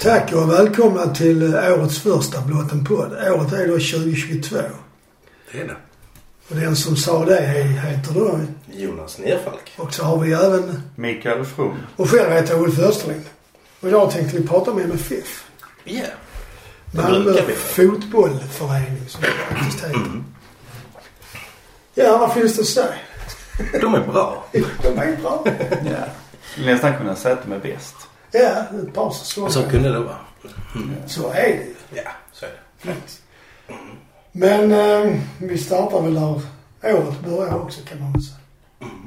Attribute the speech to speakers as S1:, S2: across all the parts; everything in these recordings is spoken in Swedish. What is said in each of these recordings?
S1: Tack och välkomna till eh, årets första Blott en podd. Året är då 2022.
S2: Det är det.
S1: Och den som sa det heter då...
S2: Jonas Nerfalk.
S1: Och så har vi även...
S3: Mikael From.
S1: Och själv heter jag Ulf Österlind. Och idag tänkte vi prata med MFF.
S2: Ja. Yeah. Det
S1: Malmö
S2: brukar vi.
S1: Fotbollförening som det faktiskt heter.
S2: Mm.
S1: Ja, vad finns det att säga?
S2: De är bra.
S1: De är bra.
S3: Ja. Skulle nästan kunna säga att de är bäst.
S1: Ja, ett par säsonger.
S2: Så kunde det vara.
S1: Så är det ju.
S2: Ja, så är det. Faktiskt.
S1: Men eh, vi startar väl där året börjar också kan man väl säga.
S2: Mm.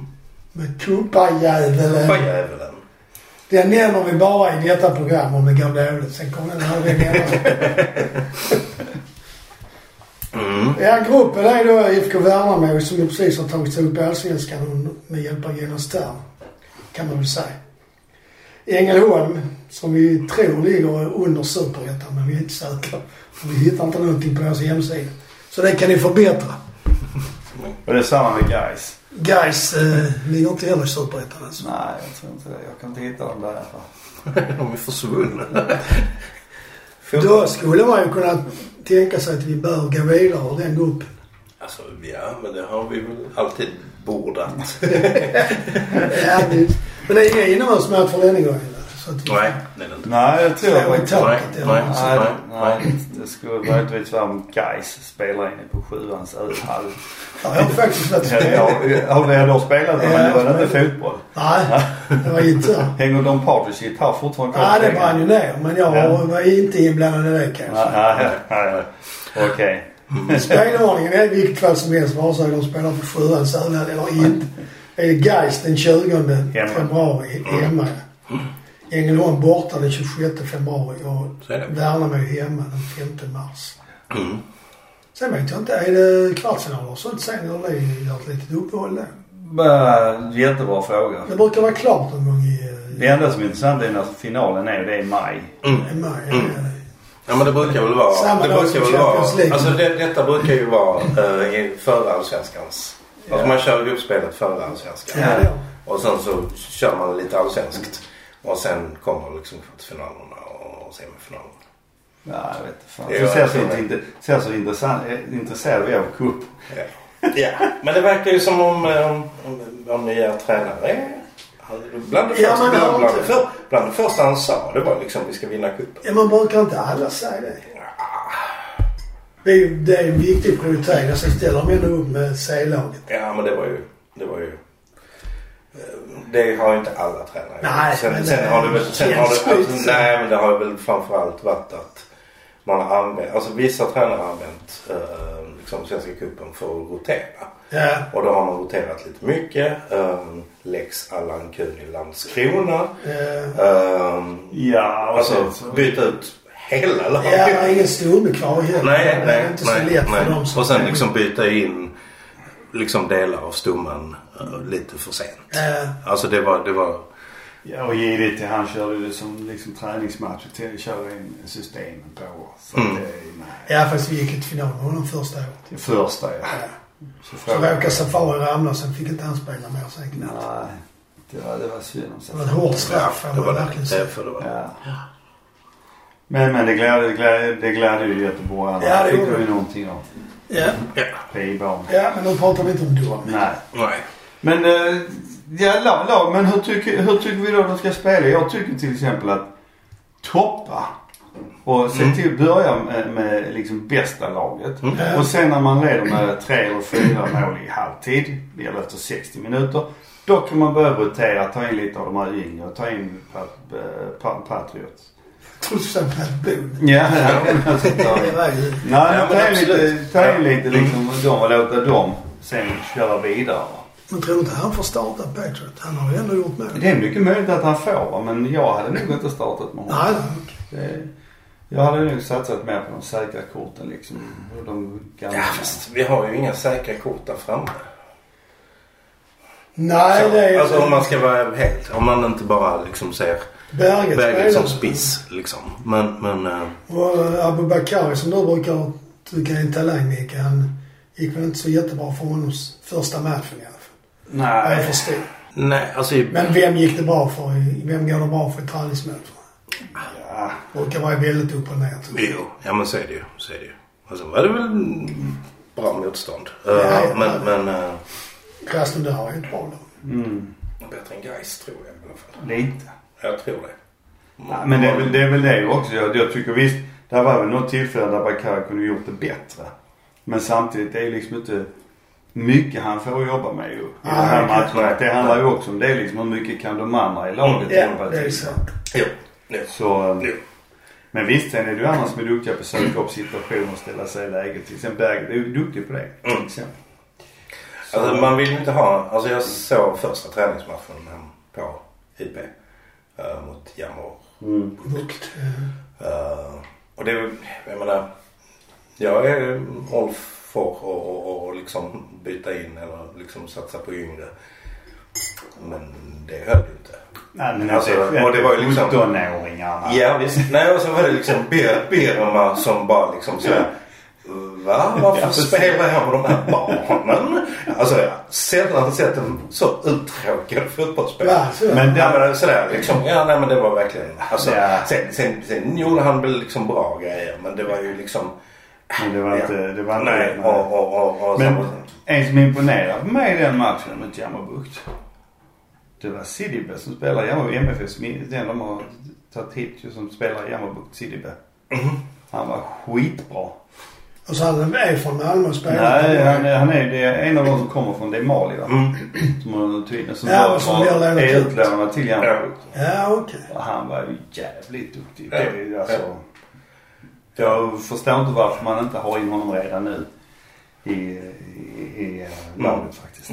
S1: Med kuppajäveln.
S2: Djävulen.
S1: Den nämner vi bara i detta program om det går dåligt. Sen kommer den aldrig nämnas.
S2: Mm.
S1: Ja, gruppen är då IFK Värnamo som ju precis har tagit sig upp i Allsvenskan under- med hjälp av Jonas Stern. Kan man väl säga. Ängelholm, som vi tror ligger under Superettan, men vi är inte säkra. För vi hittar inte någonting på deras hemsida. Så det kan ni förbättra.
S3: Och det är samma med guys.
S1: Guys eh, ligger inte heller i Superettan alltså.
S3: Nej, jag tror inte det. Jag kan inte hitta dem där i alla fall.
S2: De är försvunna.
S1: Då skulle man ju kunna tänka sig att vi bör gå vidare ur den gruppen.
S2: Alltså, ja, men det har vi väl alltid bordat.
S1: Ja, det- Men det är ingen inomhusmatch för denna gången. Så att vi...
S2: Nej, det är det inte.
S3: Nej, det tror jag
S1: Så,
S3: faktiskt
S1: tack.
S3: inte.
S1: det
S2: Nej,
S1: är
S2: nej,
S3: Nej,
S2: nej, nej.
S3: nej, det skulle möjligtvis vara om guys spelar inne på sjuans ölhall.
S1: Ja, jag har faktiskt varit...
S3: Ja, ja, vi har då spelat det, men det var inte fotboll.
S1: Nej, det var gitarr.
S3: Hänger Don Partridge gitarr fortfarande
S1: Ja, det
S3: pengar?
S1: brann ju ner. Men jag
S3: Ja.
S1: var inte inblandad i det kanske.
S3: Nej, nej, nej. Okej.
S1: Spelordningen är i vilket fall som helst vare sig de spelar på sjuan, Sölvhäll eller inte. Det är Gais den 20 februari
S2: Mm.
S1: hemma. Ängelholm borta den 26 februari och
S2: Så är det.
S1: Värnamo hemma den 5 mars.
S2: Mm.
S1: Sen vet jag inte, är det kvartsfinaler och sånt sen eller är det gör ett litet uppehåll då?
S3: Okay. Jättebra fråga.
S1: Det brukar vara klart någon gång i, eh,
S3: Det enda som är intressant är när finalen är. Det är i maj.
S2: Mm.
S1: i maj.
S2: Ja men det brukar väl vara...
S1: Samma
S2: det
S1: dag
S2: brukar
S1: som
S2: väl
S1: Champions
S2: vara
S1: League.
S2: alltså det, detta brukar ju vara eh, i- före allsvenskans. Alltså man kör gruppspelet före allsvenskan.
S1: Ja, det gör.
S2: Och sen så kör man lite allsvenskt. Och sen kommer liksom kvartsfinalerna och semifinalerna.
S3: Ja, jag vet inte fan.
S2: Ja,
S3: Du ser
S2: jag
S3: så,
S2: tror
S3: inte,
S2: det.
S3: inte, ser så intressant, eh, intresserad vi är av cup.
S2: Ja. ja. Men det verkar ju som om eh, om- om vår nya tränare är... han- Bland det,
S1: Ja,
S2: första,
S1: men han-
S2: bland, bland, det för, bland det första han sa det var liksom vi ska vinna cupen.
S1: Ja, man brukar inte alla säga det. Det är, ju- det är en viktig prioritering. Alltså ställer de ändå upp med C-laget.
S2: Ja men det var ju... Det var ju eh, det har ju inte alla tränare gjort.
S1: Nej, men
S2: sen,
S1: det
S2: sen har det väl... Sen har
S1: känns
S2: det,
S1: skit,
S2: alltså,
S1: så.
S2: nej men det har väl framförallt varit att man har använt... Alltså vissa tränare har använt eh, liksom Svenska cupen för att rotera.
S1: Ja.
S2: Och då har man roterat lite mycket. Eh, Lex Allan Kuhn i Landskrona.
S1: Eh,
S2: Eh,
S3: Ja, och
S2: Alltså
S3: så,
S2: byta ut hela
S1: Ja,
S2: laget.
S1: det är ingen stomme kvar heller.
S2: Nej,
S1: Det
S2: nej,
S1: är inte så
S2: nej,
S1: lätt för
S2: nej.
S1: dem som...
S2: Och sen liksom byta in liksom delar av stommen eh, lite för sent.
S1: Eh,
S2: Alltså det var, det var...
S3: ja, och JD till han körde det som liksom träningsmatch och till- körde in systemen på. Så
S2: Mm.
S3: det är, nej.
S1: ja, fast vi gick inte till final med honom första året.
S3: Det första ja. Så
S1: Så
S3: frågan-
S1: råkade Safari ramla sen fick inte han spela mer sen knappt.
S3: Nej, det var, det var synd om
S1: Det var ett hårt straff
S2: det
S1: får
S2: var
S1: man
S2: det.
S1: verkligen
S2: Det,
S1: säga.
S2: för det var.
S3: Ja. Men, men det gläder det gläder- det gläder ju göteborgarna.
S1: Ja, det
S3: fick
S1: gjorde
S3: de ju
S1: det.
S3: någonting av.
S1: Ja.
S2: Ja.
S3: Pibarn.
S1: ja, men nu pratar vi inte om dem.
S3: Nej.
S2: Nej.
S3: Men, eh, ja, lag, lag. Men hur tycker, hur tycker vi då de ska spela? Jag tycker till exempel att toppa och se till att börja med, med liksom bästa laget.
S2: Mm.
S3: Och sen när man leder med tre eller fyra mål i halvtid, eller efter 60 minuter. Då kan man börja rotera, ta in lite av de här yngre, ta in pat, eh, pa, Patriots.
S1: Trossan Pat Boone.
S3: Ja, ja.
S1: Det var ju...
S3: Nej,
S2: Ja, men
S3: men ta in lite,
S2: absolut.
S3: ta in lite liksom dem och låta dem sen köra vidare. va.
S1: Men tror inte han får starta Patriot? Han har ju ändå gjort mål.
S3: Det är mycket möjligt att han får va, men jag hade nog inte startat med honom.
S1: Nej, nej.
S3: Det, jag hade nog satsat mer på de säkra korten liksom. Och de gamla.
S2: Ja, fast vi har ju inga säkra kort där framme.
S1: Nej, det är...
S2: Alltså om man ska vara helt... Om man inte bara liksom ser
S1: Berget,
S2: Berget
S1: spelar.
S2: som spiss liksom. Men, men... eh,
S1: Och Abubakari som du brukar tycka är en talang Micke, han gick väl inte så jättebra för honom s- första matchen i alla fall. Vad jag
S3: Nej.
S1: förstod.
S2: Nej, alltså...
S1: Men vem gick det bra för? i- Vem går det bra för i träningsmatcherna?
S3: Ja.
S1: Brukar vara väldigt upp och ner. tror jag.
S2: Jo, ja men så är det ju. Så är det ju. Och sen var det väl bra motstånd. Eh,
S1: Ja, ja.
S2: men men eh,
S1: Krasnodar har ju ett bra lag.
S3: Mm.
S2: bättre än Gais tror jag i alla fall.
S3: Lite.
S2: Jag tror det. Mm.
S3: Nej, men det är, väl, det är väl det också. Jag, jag tycker visst, det här var väl något tillfälle där Bakari kunde gjort det bättre. Men samtidigt, det är ju liksom inte mycket han får jobba med ju. I den här
S1: Nej,
S2: nej.
S3: matchen. Det handlar ju också om det liksom. Hur mycket kan de andra i laget
S1: Ja,
S3: hjälpa
S1: det är
S3: till?
S1: sant.
S2: Jo, jo,
S3: Så, um,
S2: jo.
S3: men visst, sen är det ju andra som är duktiga på att söka upp situationer och ställa sig i läget. Till exempel Berger är ju duktig på det. Till
S2: Mm.
S3: exempel. Så,
S2: Alltså man vill ju inte ha... Alltså jag såg första träningsmatchen eh, på IP eh, mot Jamor.
S3: mm.
S1: Bukt. eh,
S2: Eh, och det är väl- jag menar, jag är all för att och, och liksom byta in eller liksom satsa på yngre. Men det höll ju inte.
S3: Nej, men
S2: Alltså,
S3: alltså,
S2: och det var ju liksom-
S3: 17-åringarna.
S2: Ja visst. Nej och så var det liksom Bir- Birma som bara liksom så här, Va? Varför
S3: Ja, precis.
S2: spelar jag med de här barnen? Alltså jag har sällan sett en så uttråkad fotbollsspelare.
S1: Ja, så är det.
S3: Men
S2: Men
S3: det-
S2: det, ja, men sådär, liksom, ja, nej, men det var verkligen... Alltså,
S3: Ja.
S2: sen, sen, sen gjorde han väl liksom bra grejer men det var ju liksom...
S3: Men det var inte... Det var inte
S2: nej,
S3: nej.
S2: och, och, och, och
S3: Men
S2: samma-
S3: en som imponerade på mig i den matchen mot Jammerbukt. Det var Sidibe som spelar i Jammerbukt. MFF som är den de har tagit hit ju som spelar i Jammerbukt. Sidibe.
S2: Mhm.
S3: Han var skitbra.
S1: Och så han är från Malmö och spelar.
S3: Nej, han, är- han är, det är en av de som kommer från, det är Mali va?
S2: Mm.
S3: Som har tagit in. Som
S1: Ja,
S3: var-
S1: som
S3: var-
S1: gör typ. det
S3: är
S1: kul.
S3: utlånad till Jammerbukt.
S1: Ja, okej.
S3: Och Han var ju jävligt duktig.
S2: Ja.
S3: Det är ju alltså, jag förstår inte varför man inte har in honom redan nu i, i, i eh, laget
S2: Mm.
S3: faktiskt.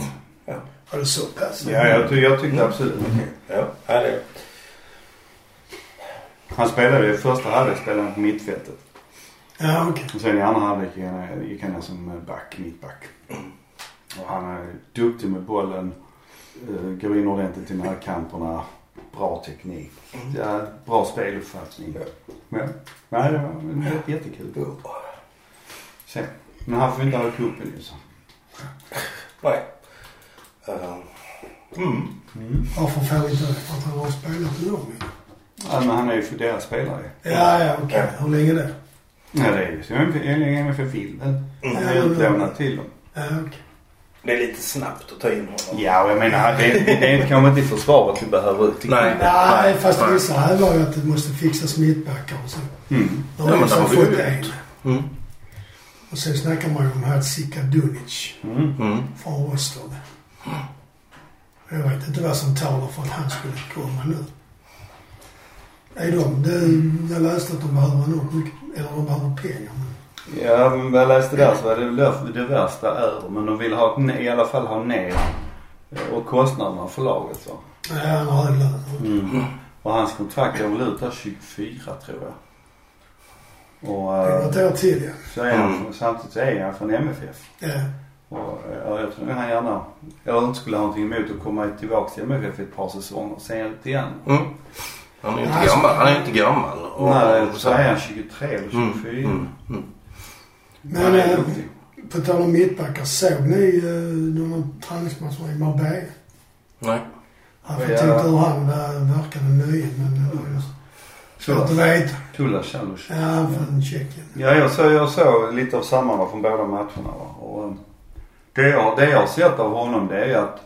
S1: Var det så pass?
S3: Ja, jag, ty- jag tyckte absolut.
S2: Mm. Ja, ja, det,
S3: Han spelade ju i första halvlek spelade han på mittfältet.
S1: Ja, okej.
S3: Och sen i andra halvlek gick han- gick han som eh, back, mittback. Och han är duktig med bollen. eh, Går in ordentligt i närkamperna. Bra teknik. Ja, bra speluppfattning. Men, nej, det var det var jättekul. Sen, men han får inte ha cupen ju så.
S2: nej. Eh, mm.
S1: Varför får vi inte det? För att han har spelat i dem ju.
S3: Ja, men han är ju för deras spelare.
S1: Ja, ja, okej. Hur länge det?
S3: Ja, det är ju så. Enligt MFF-filmen. Han är
S1: Ja, men-
S3: utlånad till dem.
S1: Ja, okej.
S2: det är lite snabbt att ta in honom.
S3: Ja, och jag menar det, det är kanske inte i försvaret vi behöver ut.
S2: Nej.
S1: Nej, fast
S2: Nej.
S1: vissa här var ju att det måste fixas mittbackar och så.
S3: Mm.
S1: Nu
S2: Ja,
S1: har
S2: men
S1: vi
S2: det har
S1: så
S2: vi
S1: fått
S2: ju
S1: en.
S2: gjort. Mm.
S1: Och sen snackar man ju om här Sika Dunic
S3: Mm.
S2: Mm.
S1: från Rostov. Jag vet inte vad som talar för att han skulle komma nu. Är de, det, jag läste att de behöver nog mycket, eller de behöver pengar. Men
S3: Ja, men vad jag läste där så var det väl därför det värsta över. Men de vill ha, ett ne- i alla fall ha ner eh, och kostnaderna för laget va.
S1: nej, han har hög lön.
S2: Mm.
S3: Och hans kontrakt går väl ut där 24 tror jag. Och
S1: Det är
S3: eh,
S1: något år till ja.
S3: så är han,
S2: Mm.
S3: samtidigt så är han från MFF.
S1: ja.
S3: Och eh, jag tror nog han gärna, eller inte skulle ha någonting emot att komma tillbaka till MFF ett par säsonger och sen ut igen.
S2: Mm. Han är ju inte gammal. Han är ju inte gammal. Och,
S3: Nej,
S2: och
S3: så är han 23 eller 24.
S2: Mm, mm, mm.
S1: Men
S3: han är
S1: eh,
S3: duktig.
S1: på tal om mittbackar, såg ni eh, någon träningsmatch som var i Marbella?
S2: Nej.
S1: Jag får
S3: Ja.
S1: inte hur han eh, verkade nöjd men det var ju svårt att veta.
S3: Tulla Chalush.
S1: Ja, han från Tjeckien.
S3: Ja, jag såg, jag såg lite av samma va, från båda matcherna. Va? Och, eh, det, jag, det jag har sett av honom det är ju att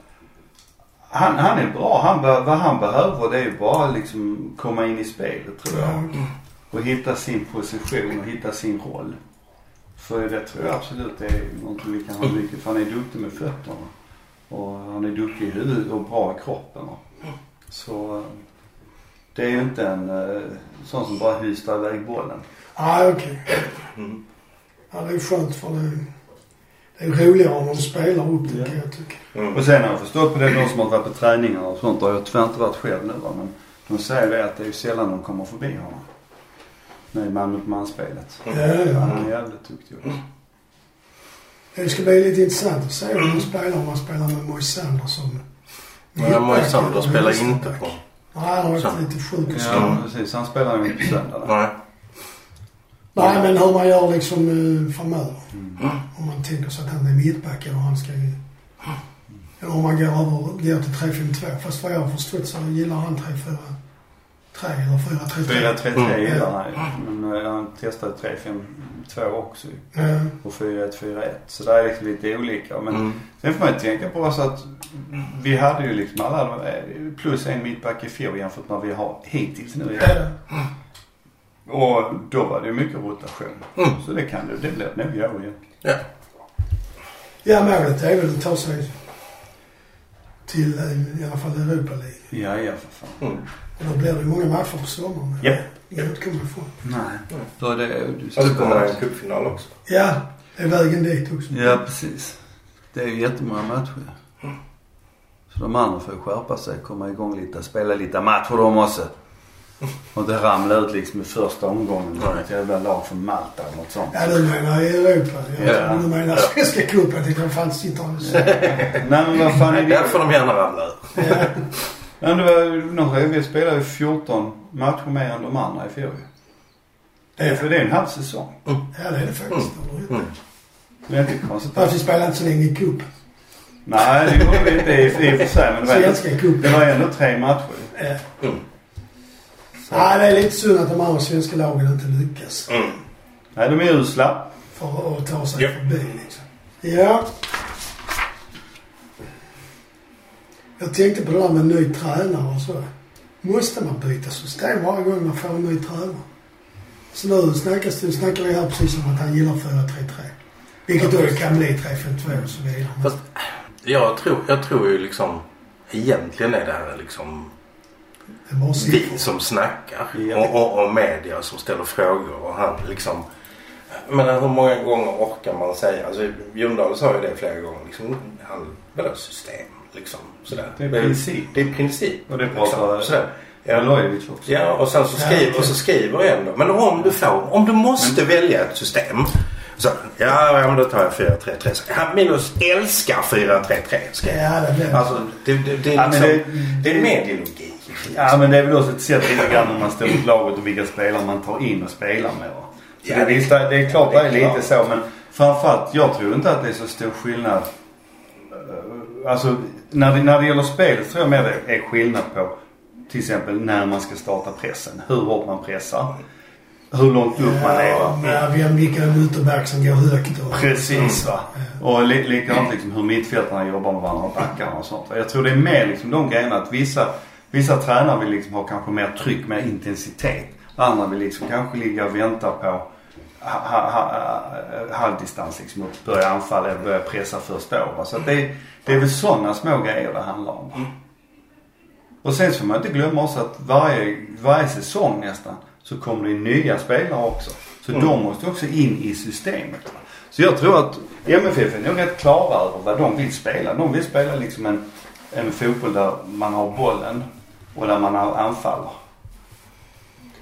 S3: han, han är bra. Han, be- vad han behöver det är ju bara liksom komma in i spelet tror jag.
S1: Ja, okej.
S3: Och hitta sin position och hitta sin roll. För det tror jag absolut det är någonting vi kan ha mycket för. Han är duktig med fötterna. Och han är duktig i huvudet och bra i kroppen. va. Så eh, det är ju inte en eh, sån som bara hystar iväg bollen.
S1: Ja, okej.
S2: Mm.
S1: Ja, det är skönt för det, det är roligare om de spelar upp det kan jag tycka.
S2: Mm.
S3: Och sen har jag förstått på det de som har varit på träningarna och sånt. Har jag tyvärr inte varit själv nu va. Men de säger det att det är ju sällan de kommer förbi honom. Nej, man mot manspelet.
S1: Ja, ja.
S3: Han är jävligt duktig också.
S1: Det ska bli lite intressant att se hur de spelar om man spelar med Moise Sander som
S2: Men Mojs Sander spelar inte på.
S1: Nej, han har
S2: Så.
S1: varit lite sjuk och så.
S3: Ja, precis. Han spelar ju på söndag. där.
S2: Nej.
S1: Nej, men hur man gör liksom eh, framöver.
S2: Mm.
S1: Om man tänker sig att han är mittback eller han ska ju... Eller om man går över, går till 3-5-2. Fast vad jag har förstått så gillar han 3-4. 3 eller 4-3-3.
S3: 4-3-3
S2: Mm.
S3: gillar han ju. Men eh, han testade 3-5-2 också ju.
S1: Mm.
S3: Och 4-1-4-1. Så det är liksom lite olika. Men
S2: Mm.
S3: sen får man ju tänka på också att vi hade ju liksom alla de- eh, plus en mittback i fjol jämfört med vad vi har hittills nu.
S1: Det är det.
S3: Och då var det ju mycket rotation. Så det kan du. Det blev nog jag igen.
S2: Ja.
S1: Ja, målet är väl att ta sig till eh, i alla fall Europa League.
S3: Ja, ja för fan.
S2: Mm.
S1: Och då blir det ju många matcher på sommaren.
S3: Ja.
S1: Det kan du inte komma ifrån.
S3: Nej.
S2: Mm.
S3: Då är det... Du
S2: Och så kommer Alltså, det en cupfinal också.
S1: Ja, det är vägen dit också.
S4: Ja, precis. Det är ju jättemånga matcher. Så de andra får ju skärpa sig, komma igång lite, spela lite matcher de också.
S3: Och inte ramla ut liksom i första omgången. Nej. Ett jävla lag från Malta eller något sånt.
S1: Ja, du menar i Europa. Jag
S3: Ja.
S1: trodde du menar Svenska cupen. Jag tänkte, vad fan sitter han och säger?
S3: Nej men vad fan är det?
S2: Där får de gärna ramla ur.
S1: Ja.
S3: Men det var ju något roligt. Vi spelade ju 14 matcher mer än de andra i fjol ju. Det är för det är en halv säsong.
S1: Ja, det är det faktiskt. Eller hur?
S2: Mm.
S3: Det är inte konstigt.
S1: Fast vi spelade inte så länge i cupen.
S3: Nej det gjorde vi inte i i och för sig. Men det var, ändå,
S1: Svenska cupen.
S3: det var ändå tre matcher.
S1: Ja.
S2: Mm.
S1: Eh. Ja, det är lite synd att de andra svenska lagen inte lyckas
S2: Mm.
S3: Nej de är usla.
S1: för att ta sig
S2: Ja.
S1: förbi liksom. Ja. Jag tänkte på det där med ny tränare och så. Måste man byta system varje gång man får en ny tränare? Så nu snackas det, snackar vi här precis om att han gillar 4-3-3. Vilket då kan bli 3-5-2 och så vidare. Men-
S2: Fast jag tror, jag tror ju liksom egentligen är det här liksom
S1: Det är bara
S2: vi
S1: siffror.
S2: som snackar
S3: Ja.
S2: och, och, och media som ställer frågor och han liksom men hur många gånger orkar man säga? Alltså, Ljungdahl sa ju det flera gånger. Liksom, han behöver system. Liksom, sådär.
S3: Det är princip.
S2: Det är princip.
S3: Och det pratar
S2: liksom, sådär.
S3: Ja.
S2: Ja.
S3: Milojevic också.
S2: Ja, och sen så skriver, och så skriver jag ändå. Men om du får, om du måste välja ett system. Så, ja, ja, men då tar jag 4-3-3. Så, Ja, Milos älskar 4-3-3. Ska jag.
S1: Ja, det blir det.
S2: Alltså, det, det, det
S3: Ja,
S2: är
S3: men
S2: liksom,
S3: det-
S2: det, är mediologi.
S3: Ja men det är väl också ett sätt lite grann hur man ställer upp laget och vilka spelare man tar in och spelar med va. Så
S2: Ja,
S3: det, visst, det är klart det
S2: det
S3: är
S2: är
S3: lite
S2: klart.
S3: så men framförallt jag tror inte att det är så stor skillnad. Eh, Alltså när det, när det gäller spelet tror jag mer det är skillnad på till exempel när man ska starta pressen. Hur hårt man pressar. Hur långt upp man är va.
S1: Ja, men vi har Mikael Utterberg som går högt och...
S3: Precis va. Mm. Och li- likadant liksom hur mittfältarna jobbar med varandra och backarna och sånt. Jag tror det är mer liksom de grejerna att vissa, vissa tränare vill liksom ha kanske mer tryck, mer intensitet. Andra vill liksom kanske ligga och vänta på ha, ha, ha, halvdistans liksom och börja anfalla eller börja pressa först då. Va? Så att det, det är väl sådana små grejer det handlar om. Va? Och sen så får man inte glömma också att varje, varje säsong nästan så kommer det nya spelare också. Så de måste också in i systemet. va. Så jag tror att MFF är nog rätt klara över vad de vill spela. De vill spela liksom en, en fotboll där man har bollen och där man anfaller.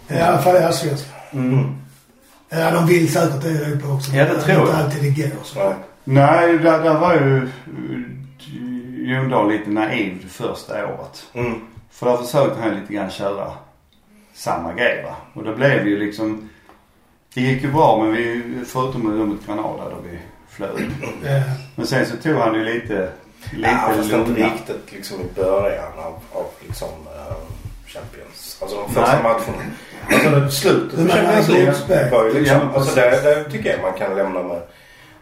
S1: I alla fall i allsvenskan. Ja, de vill säkert det i Europa också.
S3: Mm-hmm. Ja, det tror jag.
S1: Inte alltid det går så.
S2: Ja.
S3: Nej, där, där var ju eh, Ljungdahl lite naiv det första året.
S2: Mm.
S3: För där försökte han lite grann köra samma grej va. Och det blev ju liksom. Det gick ju bra men vi, förutom med mot Granada då vi flög.
S1: Ja.
S3: Men sen så tog han ju lite, lite
S2: Ja, fast inte
S3: lugna.
S2: riktigt liksom i början av, av liksom, eh, Champions. Alltså de första
S3: Nej.
S2: matcherna. Alltså det- slutet
S1: Men
S2: av
S1: man
S2: Champions
S1: är
S2: League
S1: expert.
S2: var ju liksom,
S3: Ja,
S2: alltså
S3: precis.
S2: det, det tycker jag man kan lämna med,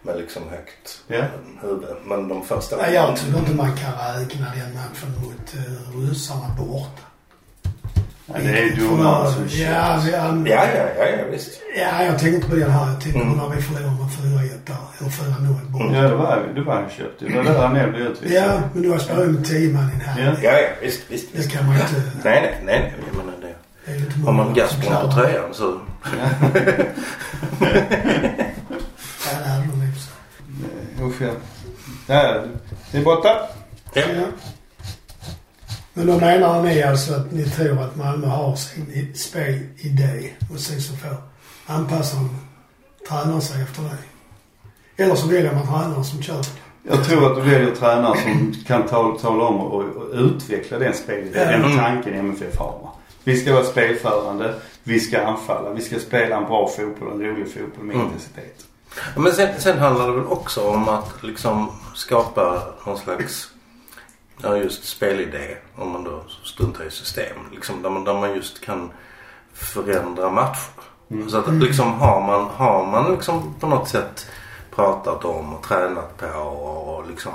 S2: med liksom högt
S3: Ja.
S2: huvud. Men de första...
S1: Nej, jag tror inte man kan räkna den matchen mot uh, ryssarna borta.
S3: Ja, det är ju domaren som kör.
S1: ja,
S2: alltså.
S1: vi, um,
S2: Ja, ja, ja, ja visst.
S1: ja, jag tänker inte på den här. Jag tänker
S3: Mm.
S1: på när vi förlorade med 4-1 där. Eller 4-0 borta.
S3: Ja det var ju, det var han köpt Det var där han blev utvisad.
S1: Ja, men då spelar vi med 10 man i den här.
S3: Ja.
S2: Ja, ja, visst, visst. visst.
S1: Det kan man inte...
S2: Nej, nej, nej, nej. Jag menar det.
S1: Det är inte
S2: Har
S1: många
S2: man
S1: som
S2: Gazprom på
S1: klarar det.
S2: tröjan så...
S1: Ja, det hade de i och för sig.
S3: Usch ja. Där, det är borta.
S2: Ja.
S1: Ja. Men då menar ni alltså att ni tror att Malmö har sin i- spelidé och sen så får anpassa de tränaren sig efter det. Eller så väljer man tränaren som kör.
S3: Jag tror att du väljer tränare som kan ta- tala om och, och utveckla den spelidén, den tanken MFF har. va. Vi ska vara spelförande, vi ska anfalla, vi ska spela en bra fotboll, en rolig fotboll med intensitet.
S2: Ja, Men sen, sen handlar det väl också om att liksom skapa någon slags Ja, just spelidé. Om man då struntar i system. Liksom, där, man, där man just kan förändra matcher. Så att liksom har man, har man liksom på något sätt pratat om och tränat på och, och liksom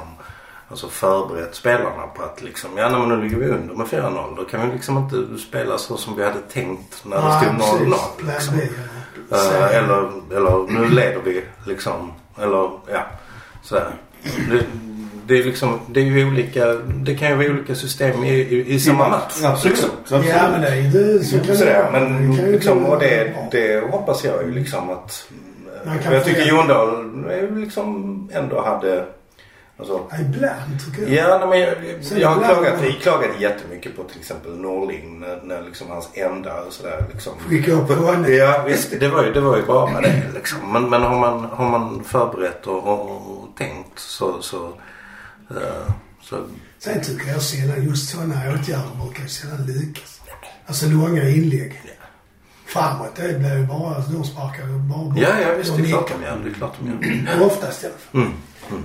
S2: alltså förberett spelarna på att liksom, ja nej, men nu ligger vi under med 4-0. Då kan vi liksom inte spela så som vi hade tänkt när det stod 0-0. Liksom.
S1: Plan B, ja. Så-
S2: Eh, eller, eller nu leder vi liksom. Eller ja. Sådär. Det, det är liksom, det är ju olika, det kan ju vara olika system i, i, i samma match. Liksom.
S1: Ja men det är ju det. Så kan det
S2: Sådär,
S1: vara.
S2: men
S1: Det kan ju
S2: liksom, och det,
S1: vara.
S2: det hoppas jag ju liksom att...
S1: Man kan
S2: Jag tycker
S1: förändra.
S2: Jondal eh, liksom ändå hade... Alltså,
S1: Ja, ibland tycker jag.
S2: Ja, nej, men jag,
S1: Så
S2: jag, jag, har
S1: ibland-
S2: klagat, jag klagade jättemycket på till exempel Norling när, när liksom hans enda sådär liksom...
S1: Skicka upp honom.
S2: Ja visst, det var ju, det var ju bara det liksom. Men, men har, man, har man förberett och, och, och tänkt så... så, eh, så
S1: Sen tycker jag sällan just sådana åtgärder brukar ju sällan lyckas. Alltså långa inlägg. Framåt, det blir ju bara, de sparkar ju bara bort.
S2: ja, ja visst, det är
S1: Och
S2: klart de gör. Det är klart de gör.
S1: nickar. Oftast i alla fall.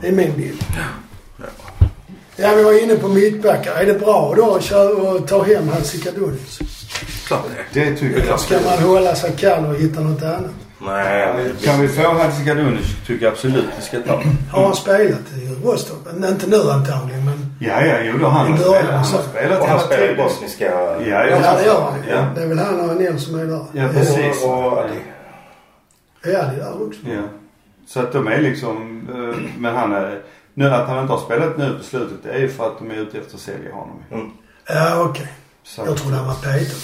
S1: Det är min bild. Ja, vi var inne på mittbackar. Är det bra då att köra och ta hem Hatzikadunic?
S2: Klart det är.
S3: Det tycker jag.
S1: Ska man hålla sig kall och hitta något annat?
S2: Nej,
S3: Kan vi få Hadzikadunic tycker jag absolut vi ska ta.
S1: Har han spelat i Rostock? Inte nu antagligen, men...
S3: Ja, ja, jo då. Han har
S1: Ja,
S3: spelat. Han
S1: alltså.
S3: har spelat
S2: Och han
S3: hela
S2: spelar ju
S3: tiden.
S2: bosniska...
S3: Ja, ja.
S1: Ja, det gör han.
S3: Ja.
S1: Det är väl han och Anel som är där.
S3: Ja, precis.
S2: Och, och, Ali.
S1: Ja, det är där också.
S3: Ja. Så att de är liksom, eh, men han är, nu att han inte har spelat nu på slutet det är ju för att de är ute efter att sälja honom.
S1: Ja, okej.
S3: Så,
S1: Jag trodde han var Peter.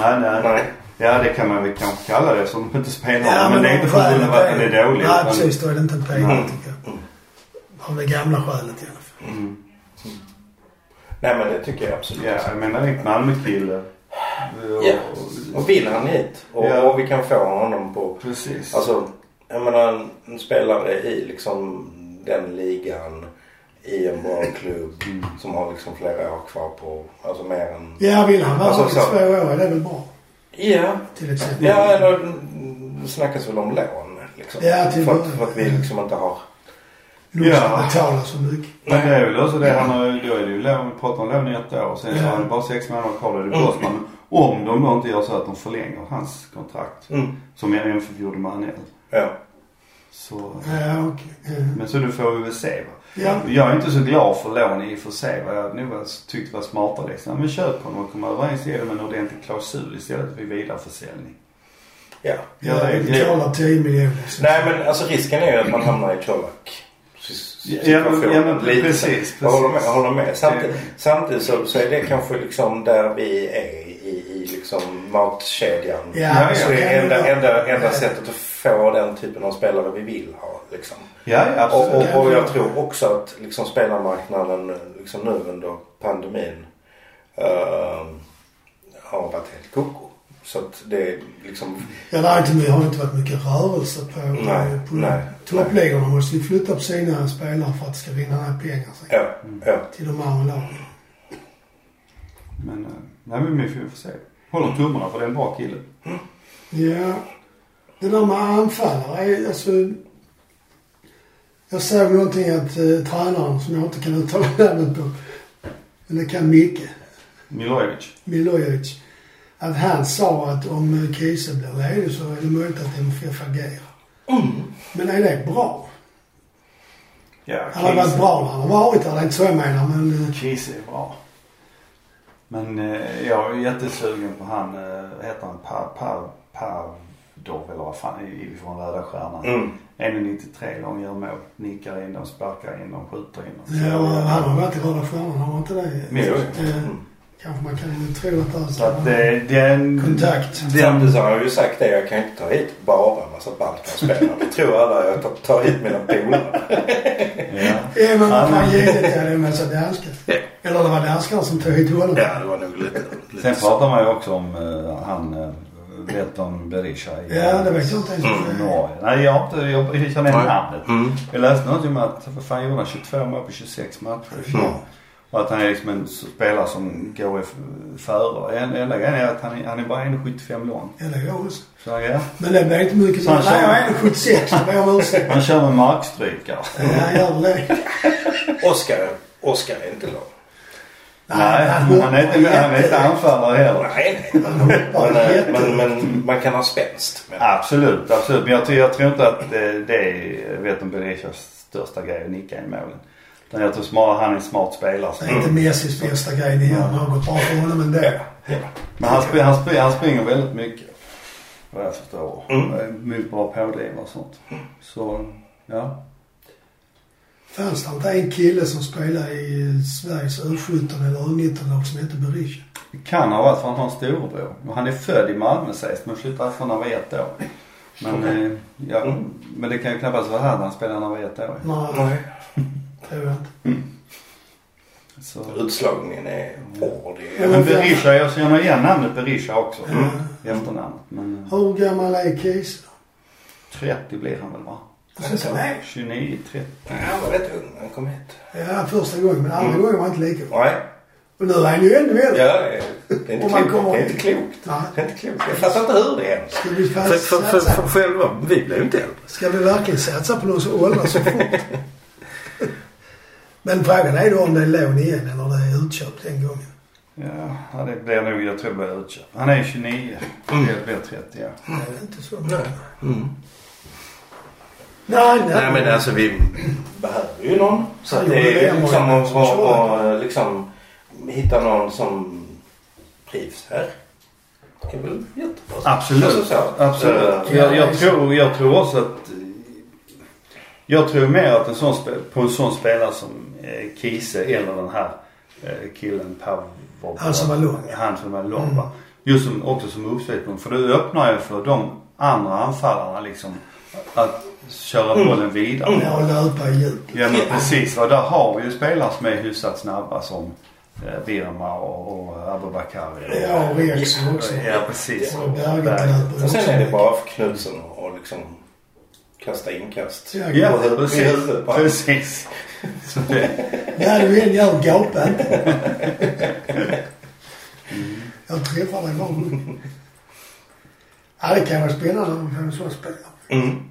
S3: nej, nej,
S2: Nej.
S3: Ja det kan man väl kanske kalla det som de inte spelar
S1: Ja,
S3: honom. Men det är inte på grund av att han är dålig.
S1: Nej,
S3: utan-
S1: precis. Då är det inte en Peter,
S3: Nej.
S1: tycker jag. Av det gamla skälet i alla fall.
S2: Nej, men det tycker jag absolut.
S3: Ja, jag menar det är en Malmökille. Och-
S2: Ja. Och vill han hit och,
S3: Ja.
S2: och vi kan få honom på...
S3: Precis.
S2: Alltså, jag menar en spelare i liksom den ligan i en bra klubb som har liksom flera år kvar på, alltså mer än...
S1: Ja, vill han vara
S2: Alltså,
S1: här i
S2: så-
S1: två år, det är väl bra.
S2: Ja,
S1: Till exempel.
S2: ja eller mm, det snackas väl om lån liksom.
S1: Ja,
S3: typ.
S1: till
S2: för,
S1: början.
S2: att, för att vi liksom inte har...
S1: Lust
S3: Ja.
S1: att betala så mycket.
S3: Men det är väl också det. Han har, ju- då är det ju lån, vi pratar om lån i ett år. Sen så har han bara sex månader kvar. då är Det är
S2: Mm.
S3: Bosman. Om de då inte gör så att de förlänger hans kontrakt.
S2: Mm.
S3: Som jag jämfört gjorde med Anel.
S2: Ja.
S3: Så,
S1: Ja, okej. Ja.
S3: men så nu får vi väl se va.
S1: Ja.
S3: Jag är inte så glad för lån i och för sig. Vad jag nog hade tyckt var smartare liksom. Men köp honom och kom överens. Ge dem en ordentlig klausul istället för vidareförsäljning.
S2: ja.
S3: Ja, det är-
S1: Betalar 10 miljoner. så-
S2: Nej men alltså risken är ju att man hamnar i Colak.
S3: Ja, ja, men- ja, men precis,
S2: Jag håller med.
S3: precis.
S2: Jag håller med. Samtidigt,
S3: Det-
S2: samtidigt så, så är det kanske liksom där vi är i, i liksom matkedjan.
S1: Ja,
S3: Ja,
S2: Så
S1: så
S2: Alltså, det
S1: kan
S2: är enda,
S1: vara.
S2: enda, enda
S1: Ja.
S2: sättet att få den typen av spelare vi vill ha. Liksom.
S3: Ja, ja,
S2: Och,
S3: absolut.
S2: och, och jag tror också att liksom, spelarmarknaden liksom, nu under pandemin eh, har varit helt koko. Så att det är liksom...
S1: Ja, det har inte, det har inte varit mycket rörelse på,
S2: Nej,
S1: på
S2: nej,
S1: toppligorna. måste ju flytta på sina spelare för att det ska vinna några pengar sen,
S2: Ja, ja.
S1: till de andra lagen.
S3: Men, eh, nej men vi får vi får se. Håller tummarna för det är en bra kille.
S1: Ja, det där med anfallare, är- alltså... Jag såg någonting att eh, tränaren, som jag inte kan uttala namnet på, men det kan Micke
S3: Milojevic.
S1: Milojevic, att han sa att om eh, Kiese blir ledig så är det möjligt att MFF agerar.
S3: Mm.
S1: Men är det bra?
S3: Ja,
S1: Han har varit bra när han har varit där, det är inte så jag menar, men... eh,
S3: Kiese är bra. Men eh, jag är jättesugen på han, eh, heter han Pa- Pa- Pavdov eller vad fan, i- från Röda Stjärnan.
S2: Mm.
S3: 1,93 lång, gör mål. Nickar in dem, sparkar in dem, skjuter in dem.
S1: Ja, han har varit i Röda Stjärnan, har han inte det?
S3: Men
S2: Mm.
S3: jo.
S1: Eh, Kanske man kan tro att han
S3: Så att eh, det, det är en...
S1: Kontakt.
S3: Den,
S2: Samtidigt så har jag ju sagt det, jag kan inte ta hit bara en massa Balkanspelare. Det tror alla jag tar, tar hit mina polare.
S3: ja.
S1: Ja, men man
S3: Han-
S1: kan ge det till en massa danskar.
S4: Ja.
S1: Eller det var danskar som tog hit honom.
S2: Ja, det var nog lite...
S3: Sen
S2: lite så.
S3: pratar man ju också om eh, han eh, Belton Berisha i
S1: Ja, det vet jag inte ens.
S3: i Norge. Nej, jag, har inte, jag, jag känner
S2: Nej.
S3: inte namnet.
S2: Mm.
S3: Jag läste någonting om att, vad fan gjorde han, 22 mål på 26 matcher i fjol.
S2: Mm.
S3: Och att han är liksom en spelare som går i- före. En- Enda grejen är att han, är- han är bara 1,75 lång.
S1: Ja, det är jag också.
S3: Så ja,
S1: Men det blir inte mycket så.
S3: Fan,
S1: Nej, jag är
S3: så-
S1: 76, jag ber om ursäkt.
S3: han kör med markstrykare.
S1: Ja, jag gör det.
S2: Oscar, Oscar är inte lång.
S3: Nej, han, han, är inte, han är inte anfallare heller.
S2: Nej,
S1: Bara
S2: men, eh,
S1: jätte-
S2: men, men man kan ha spänst. Men,
S3: Absolut, absolut. Men jag, tror- jag tror inte att det, det är Veton Belishas största grej att nicka i målen. Utan jag tror snarare han är en smart spelare.
S1: Det är inte Messis bästa grej. Ni gör något bra för honom ändå.
S3: Men han, sp- han, sp- han springer väldigt mycket. Vad jag förstår.
S2: Mm.
S3: Han är Mycket bra pådrivare och sånt. Så, ja.
S1: Fanns det inte en kille som spelade i Sveriges U17 eller U19-lag som hette Berisha?
S3: Det kan ha varit för att han har en storbror. Och Han är född i Malmö sägs men flyttade härifrån när han var ett år. Men, eh, ja, men det kan ju knappast vara här när han spelade när han var ett år.
S1: Nej,
S2: Nej,
S1: tror jag inte.
S3: Så.
S2: utslagningen är hård. Det
S3: Ja,
S2: är-
S3: men Berisha, jag känner igen namnet Berisha också. I efternamnet. Men eh,
S1: Hur gammal är Kiese?
S3: 30 blir han väl va?
S1: Jag syns det.
S3: 29, 30.
S2: Han var rätt ung när han kom hit.
S1: Ja, första gången. Men andra gången var han inte lika bra.
S2: Nej,
S1: Och nu är han ju ännu
S2: ja,
S1: äldre.
S2: det är inte
S1: Och man
S2: klokt.
S1: kommer-
S2: Det är inte klokt.
S1: Nej.
S2: Det är inte klokt. Jag fattar inte hur det är.
S1: Ska vi
S2: För, för, för, för
S1: satsa?
S2: själva, vi blev ju inte äldre.
S1: Ska vi verkligen satsa på någon som åldras så fort? Men frågan är då om det är lån igen eller om det är utköp den gången.
S3: Ja, ja, det blir nog, jag tror det blir utköp. Han är 29. Det blir 30 ja.
S1: Nej, det är inte så. Nej, nej.
S2: Mm. Nej men alltså vi behöver ju någon. Så att det är ju liksom att vara och liksom hitta någon som trivs här. Det är väl jättebra. Alltså,
S3: Absolut.
S2: så.
S3: Absolut.
S2: Eh,
S3: Jag, jag, tror, jag tror också att... Jag tror mer att en sån, spe- på en sån spelare som eh, Kiese eller den här eh, killen Pavlov.
S1: Han som var lång. Mm.
S3: Han som var lång va. Just som, också som uppslutning. För det öppnar ju för de andra anfallarna liksom. Att köra
S1: Mm.
S3: bollen vidare.
S1: Ja, och löpa i djup.
S3: Ja men precis. Och där har vi ju spelare som är hyfsat snabba som eh, Birma och, och Abubakari.
S1: Ja, och Eriksson också.
S3: Ja precis.
S1: Och Berget löper
S2: Och
S1: också.
S2: sen är det bara för knutsen och och liksom kasta inkast.
S1: Ja,
S3: Ja,
S2: Och hu- i
S3: precis.
S2: huvudet på honom.
S3: precis. Så det,
S1: Nej, du än gör, gapa inte. Jag träffar dig var gång. Ja, det kan vara spännande om man får en sån spelare.
S2: Mm.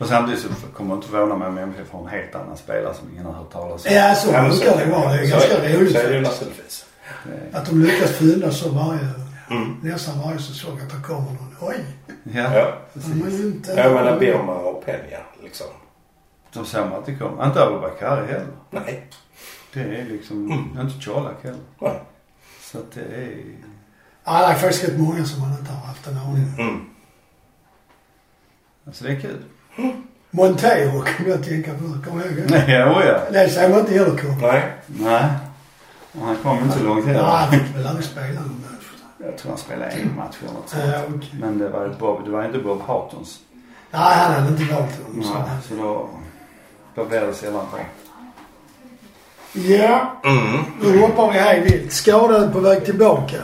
S3: och samtidigt så kommer det inte förvåna mig om MFF har en helt annan spelare som ingen har hört talas om.
S1: Ja, så
S2: Ja, men
S1: brukar det vara. Det är
S2: så
S1: ganska
S2: det.
S1: roligt
S2: Så är det ju
S1: faktiskt.
S2: naturligtvis.
S1: Att de lyckas fylla så varje,
S2: Mm.
S1: nästan varje säsong att det kommer någon. Oj!
S3: Ja,
S2: Ja.
S1: De är ju inte...
S2: Jag menar Birma och Peña liksom.
S3: de ser man att det kommer. Inte Abubakari heller.
S2: Nej.
S3: Det är liksom, inte Colak heller.
S2: Nej.
S3: Så att det är...
S1: Ja, det är faktiskt rätt många som man inte har haft en aning om.
S2: Mm.
S3: Alltså det är kul.
S1: Montero kommer jag att tänka på nu. Kommer du ihåg det?
S3: Nej, ja, ja.
S1: Det säger man inte heller kommer.
S2: Nej.
S3: Nej. Och han kom inte så långt
S1: Ja,
S3: heller.
S1: han fick väl aldrig spela någon match.
S3: Jag tror han spelade en match eller något sånt.
S1: Ja, Ah, okej.
S3: Men det var, ju Bob, det var inte Bob Hartons.
S1: Nej, han hade inte valt honom. så
S3: Nej,
S1: han-
S3: så då, då blev det sällan bra.
S1: Ja,
S2: Mm.
S1: nu hoppar vi här i vilt. Skadad på väg tillbaka.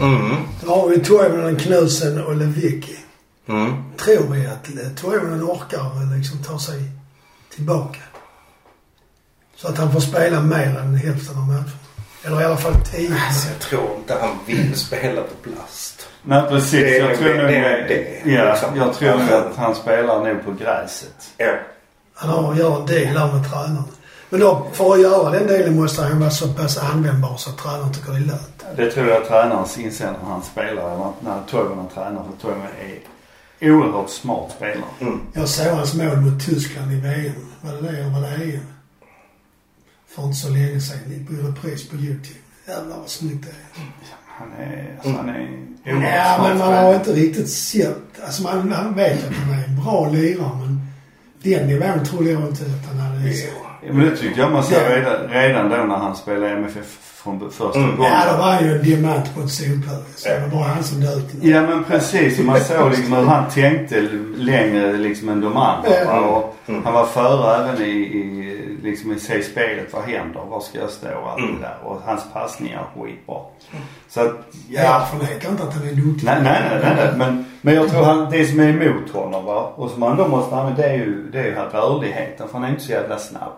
S2: Mm.
S1: Då har vi Toivonen, Knudsen och Lewicki.
S2: Mm.
S1: Tror vi att Le- Toivonen orkar liksom ta sig tillbaka? Så att han får spela mer än hälften av matcherna. Eller i alla fall tio.
S2: Alltså jag tror inte han vill spela på plast.
S3: Nej precis.
S2: Det är
S3: jag
S2: nog
S3: tror
S2: det-
S3: nog
S2: det är det,
S3: ja,
S2: liksom.
S3: jag tror nog
S2: Alltså-
S3: att han spelar nog på gräset.
S2: Ja.
S1: Han har, gör en del där med tränaren. Men då, för att göra den delen måste han vara så pass användbar så att tränaren tycker det är lönt.
S3: Det tror jag tränarens inser när han spelar, eller när Toivonen tränar. För Toivonen är oerhört smart spelare.
S1: Jag såg hans mål mot Tyskland i VM. Var det det? Eller var det EM? För inte så länge sedan. I repris på YouTube. Jävlar vad snyggt det är.
S3: Han är, alltså, han är oerhört
S1: Mm. Ja,
S3: smart
S1: men man har
S3: spelare.
S1: inte riktigt sett... Alltså man, man vet att han är en bra lirare men den nivån trodde jag inte att han hade i sig.
S3: Ja, men det tycker jag man ser redan, redan då när han spelade MFF från första gången.
S1: Ja, det var ju en diamant på ett solpöl. Så det var bara han som dök.
S3: Ja men precis. Man såg liksom hur han tänkte längre liksom än de andra. Va? Och
S2: Mm.
S3: han var före även i, i, liksom i se spelet. Vad händer? Var ska jag stå? Och allt
S2: Mm.
S3: det där. Och hans passningar är skitbra. Så att,
S1: Jag
S3: ja.
S1: förnekar inte att han är duktig.
S3: Nej, nej, nej, nej, nej. Men, men jag tror han, det som är emot honom va, och som han då måste använda det är ju, det är ju här rörligheten. För han är inte så jävla snabb.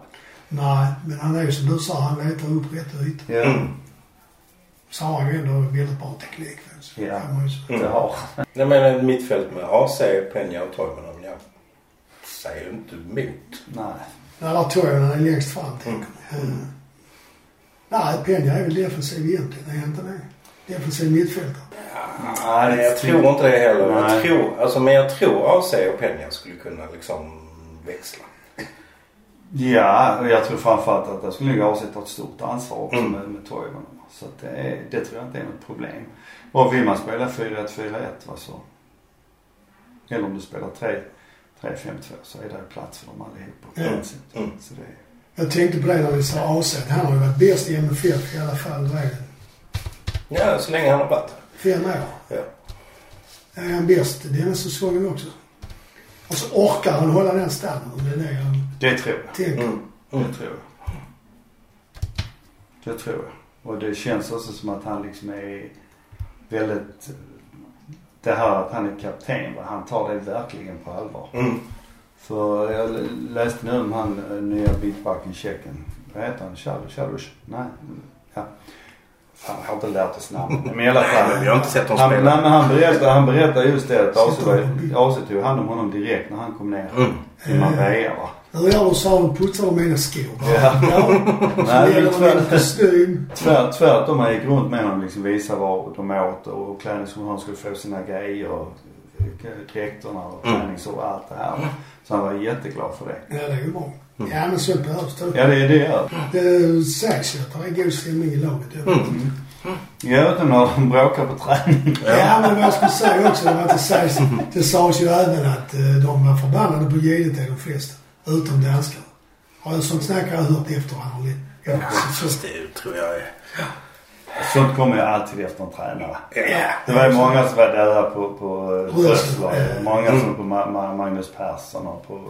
S1: Nej, men han är ju som du sa, han letar upp rätt yta.
S2: Mm.
S3: Ja,
S1: Så har han ju ändå väldigt bra teknik. faktiskt.
S3: Ja.
S1: Det var ju så.
S2: Mm.
S3: det har
S2: Nej men ett mittfält med AC, Peña och Toivonen. Jag säger ju inte emot.
S3: Nej. Mm.
S1: Nej, där tror jag han är längst fram tänker jag. Mm. Nej, Peña är väl defensiv egentligen. Är han inte det? Defensiv mittfältare.
S3: Nej,
S2: Nej, jag tror inte det heller. Jag
S3: Nej.
S2: tror, alltså, men jag tror AC och Peña skulle kunna liksom växla.
S3: Ja, och jag tror framförallt att där skulle nog AC ta ett stort ansvar också
S2: Mm.
S3: med, med Toivonen. Så att det, är, det tror jag inte är något problem. Och vill man spela 4-1-4-1 va så. Eller om du spelar 3 3-5-2 så är det plats för dem allihopa. på
S1: Mm.
S3: princip.
S2: Mm.
S3: Så det är,
S1: Jag tänkte på det när vi sa AC. Han har ju varit bäst i MFF i alla fall. Vad är det?
S2: Ja, så länge han har varit
S1: Fem år.
S2: Ja.
S1: Är han bäst denna säsongen också? Och så orkar han hålla den standarden. Det är det jag
S3: det tror jag.
S1: tänker.
S2: Mm.
S3: Det tror jag. Det tror jag. Och det känns också som att han liksom är väldigt... Det här att han är kapten va. Han tar det verkligen på allvar.
S2: Mm.
S3: För jag läste nu om han eh, nya mittbacken tjecken. Vad heter han? Shadow? Shadow? Nej. Ja. Fan, jag har inte lärt oss namn. Men i alla fall.
S2: Men vi har inte sett dem
S3: Han, nej,
S2: spela.
S3: men han berättar, han berättar just det att AC, var-
S1: Sitter
S3: AC tog hand om honom direkt när han kom ner
S2: Mm.
S3: i Marbella va.
S1: Nu gör de så här och putsar de mina skor bara.
S3: Ja.
S1: Så
S3: Nej, det
S1: lägger
S3: är
S1: de in
S3: tvär-
S1: kostym.
S3: tvär, tvärtom. Han gick runt med honom liksom visade var de åt och klädningsrum han skulle få sina grejer. Och eh, dräkterna och
S2: Mm.
S3: klädningsrum och allt det här. Så han var jätteglad för det.
S1: Ja, det är ju bra. Ja, men så behövs det.
S3: Mm. Ja, det är det. ja.
S1: Det sägs ju att det är god stämning i laget.
S3: Mm.
S1: Ja.
S3: Ja, utan när de bråkar på träning.
S1: ja, men vad jag skulle säga också det var att det sägs, det sades ju även att eh, de var förbannade på JDT de flesta. Utom danskarna. Har jag sånt snack har jag hört efter varandra. Ja, så, så,
S2: Det tror jag är...
S3: Sånt kommer ju alltid efter en tränare.
S2: Ja.
S3: Det var ju många som var döda på, på eh,
S1: Rösler,
S3: Rösler.
S1: eh.
S3: Många som på Ma- Ma- Magnus Persson och på eh,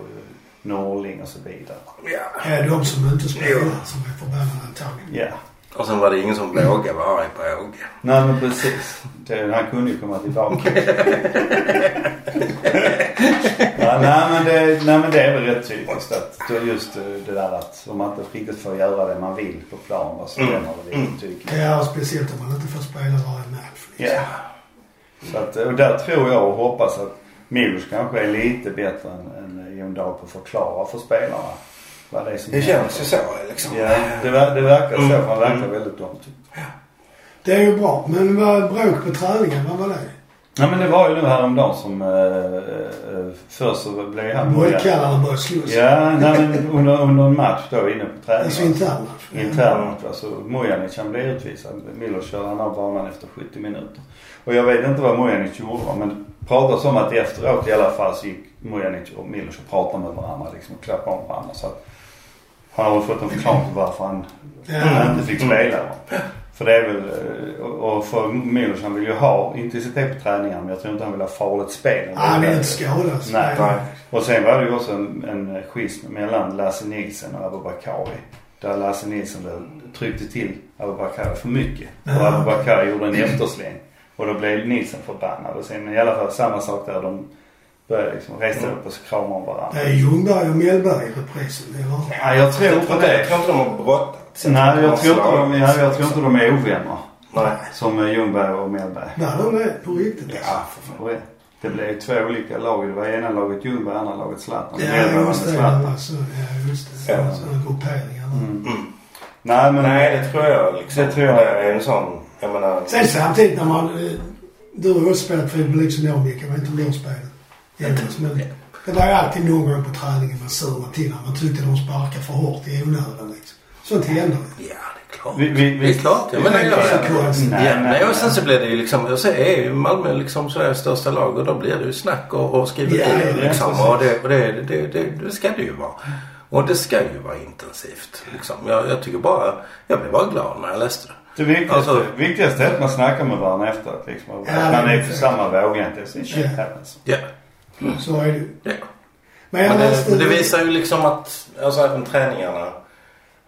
S3: Norling och så vidare.
S2: ja.
S1: är de som inte spelar som är förbannade antagligen.
S3: Ja.
S2: Och sen var det ingen som vågade vara arg på Åge.
S3: Nej men precis. Det, han kunde ju komma tillbaka. ja, nej, men det, nej men det är väl rätt typiskt att det är just eh, det där att om man inte riktigt får göra det man vill på plan va, så bränner det lite tycker jag.
S1: Ja, speciellt om man inte får spela varje match.
S3: Ja. Så att, och där tror jag och hoppas att Milos kanske är lite bättre än, än Jon Dahl på att förklara för spelarna vad det är som
S2: Det
S3: händer.
S2: känns ju så liksom.
S3: Ja, det, ver- det verkar så. för Han verkar väldigt omtyckt.
S1: Det är ju bra. Men vad bråk på träningen, vad var det?
S3: Ja men det var ju nu häromdagen som eh, eh, först så blev han...
S1: Bollkallarna började slåss.
S3: Ja, nej, men under, under en match då inne på träningen.
S1: Alltså intern match. Ja.
S3: internt. Alltså Mojanic han blev utvisad. Milos körde han av banan efter 70 minuter. Och jag vet inte vad Mojanic gjorde va, men det pratas om att efteråt i alla fall så gick Mojanic och Milos och pratade med varandra liksom och klappade om varandra. Så att han har väl fått en förklaring till varför han, han inte fick spela. va. För det är väl, eh, och och för Milos han vill ju ha intensitet på träningarna men jag tror inte han vill ha farligt spel.
S1: Nej, Han vill inte skadas.
S3: Nej. Och sen var det ju också en, en schism mellan Lasse Nilsson och Abubakari. Där Lasse Nilsson då tryckte till Abubakari för mycket. Och
S1: Ja.
S3: Abubakari gjorde en eftersläng. Och då blev Nilsson förbannad. Och sen i alla fall samma sak där. De började liksom resa upp och så kramade om varandra.
S1: Det är Ljungberg och Mellberg i reprisen, eller hur?
S3: Ja, jag tror på
S2: Jag
S3: det.
S2: tror inte de har brottats.
S3: Nej, jag tror inte de, ja, jag tror inte de är ovänner.
S2: Nej.
S3: Som eh, Ljungberg och Mellberg.
S1: Nej, de är på riktigt. alltså.
S2: Ja, för fan.
S3: Och det- Det blev två olika lag. Det var ena laget Ljungberg, andra laget Zlatan.
S1: Ja,
S3: Mellberg vann med
S1: just det.
S3: Zlatan.
S1: Alltså, ja, just det. Alltså,
S2: Ja. Mm.
S1: Sådana grupperingar.
S3: Nej, men...
S2: Nej, det tror jag liksom.
S3: Det tror jag.
S2: är en sån, jag menar...
S1: Sen samtidigt när man... eh, Du har ju också spelat fotboll liksom jag Micke. Jag vet inte om du har spelat. Jämfört, Men det var ju alltid någon gång på träningen man surade till när man tyckte de sparkade för hårt i onödan liksom. Sånt
S2: Mm.
S1: händer liksom. ju.
S2: Ja, det är klart.
S3: Vi- vi-
S2: det är klart. Jag menar, jag,
S1: Det är klart.
S3: Nej,
S2: ja,
S3: nej,
S2: nej, och
S3: nej.
S2: sen så blir det ju liksom, jag säger, är ju Malmö liksom Sveriges största lag och då blir det ju snack och, och skriverier
S1: Ja, ja,
S2: liksom.
S3: precis.
S2: Och, det, och det, det, det, det ska det ju vara. Och det ska ju vara intensivt. Liksom. Jag, jag tycker bara, jag blev bara glad när jag läste det.
S3: Det viktigaste,
S2: Alltså-
S3: viktigaste är att man snackar med varandra efteråt. Liksom, att
S1: Ja,
S3: man
S1: det är
S3: är på
S1: det.
S3: samma våglängd. Det är så shit
S1: Ja.
S3: happens.
S2: Ja,
S1: Så är det ju.
S2: ja.
S1: Men jag
S2: Mm. Men det,
S1: läste...
S2: men det visar ju liksom att alltså, även träningarna